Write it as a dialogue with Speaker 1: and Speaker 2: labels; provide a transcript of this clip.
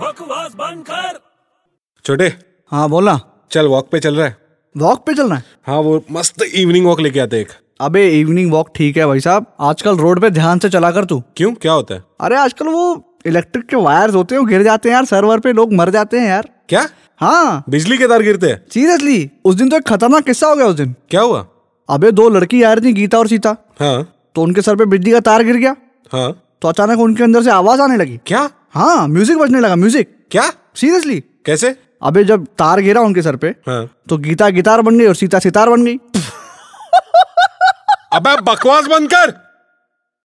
Speaker 1: बकवास बंद कर
Speaker 2: छोटे
Speaker 3: हाँ बोलना
Speaker 2: चल वॉक पे चल रहा है
Speaker 3: वॉक पे चलना है
Speaker 2: हाँ वो मस्त इवनिंग वॉक लेके आते एक
Speaker 3: अबे इवनिंग वॉक ठीक है भाई साहब आजकल रोड पे ध्यान से चला कर तू
Speaker 2: क्यों क्या होता है
Speaker 3: अरे आजकल वो इलेक्ट्रिक के वायर्स होते हैं वो गिर जाते हैं यार सर्वर पे लोग मर जाते हैं यार
Speaker 2: क्या
Speaker 3: हाँ
Speaker 2: बिजली के तार गिरते हैं
Speaker 3: सीरियसली उस दिन तो एक खतरनाक किस्सा हो गया उस दिन
Speaker 2: क्या हुआ
Speaker 3: अबे दो लड़की यार थी गीता और सीता
Speaker 2: हाँ
Speaker 3: तो उनके सर पे बिजली का तार गिर गया
Speaker 2: हाँ
Speaker 3: तो अचानक उनके अंदर से आवाज आने लगी
Speaker 2: क्या
Speaker 3: हाँ म्यूजिक बजने लगा म्यूजिक
Speaker 2: क्या
Speaker 3: सीरियसली
Speaker 2: कैसे
Speaker 3: अबे जब तार गिरा उनके सर पे
Speaker 2: हाँ
Speaker 3: तो गीता गिटार बन गई और सीता सितार बन गई
Speaker 2: अबे बकवास बंद कर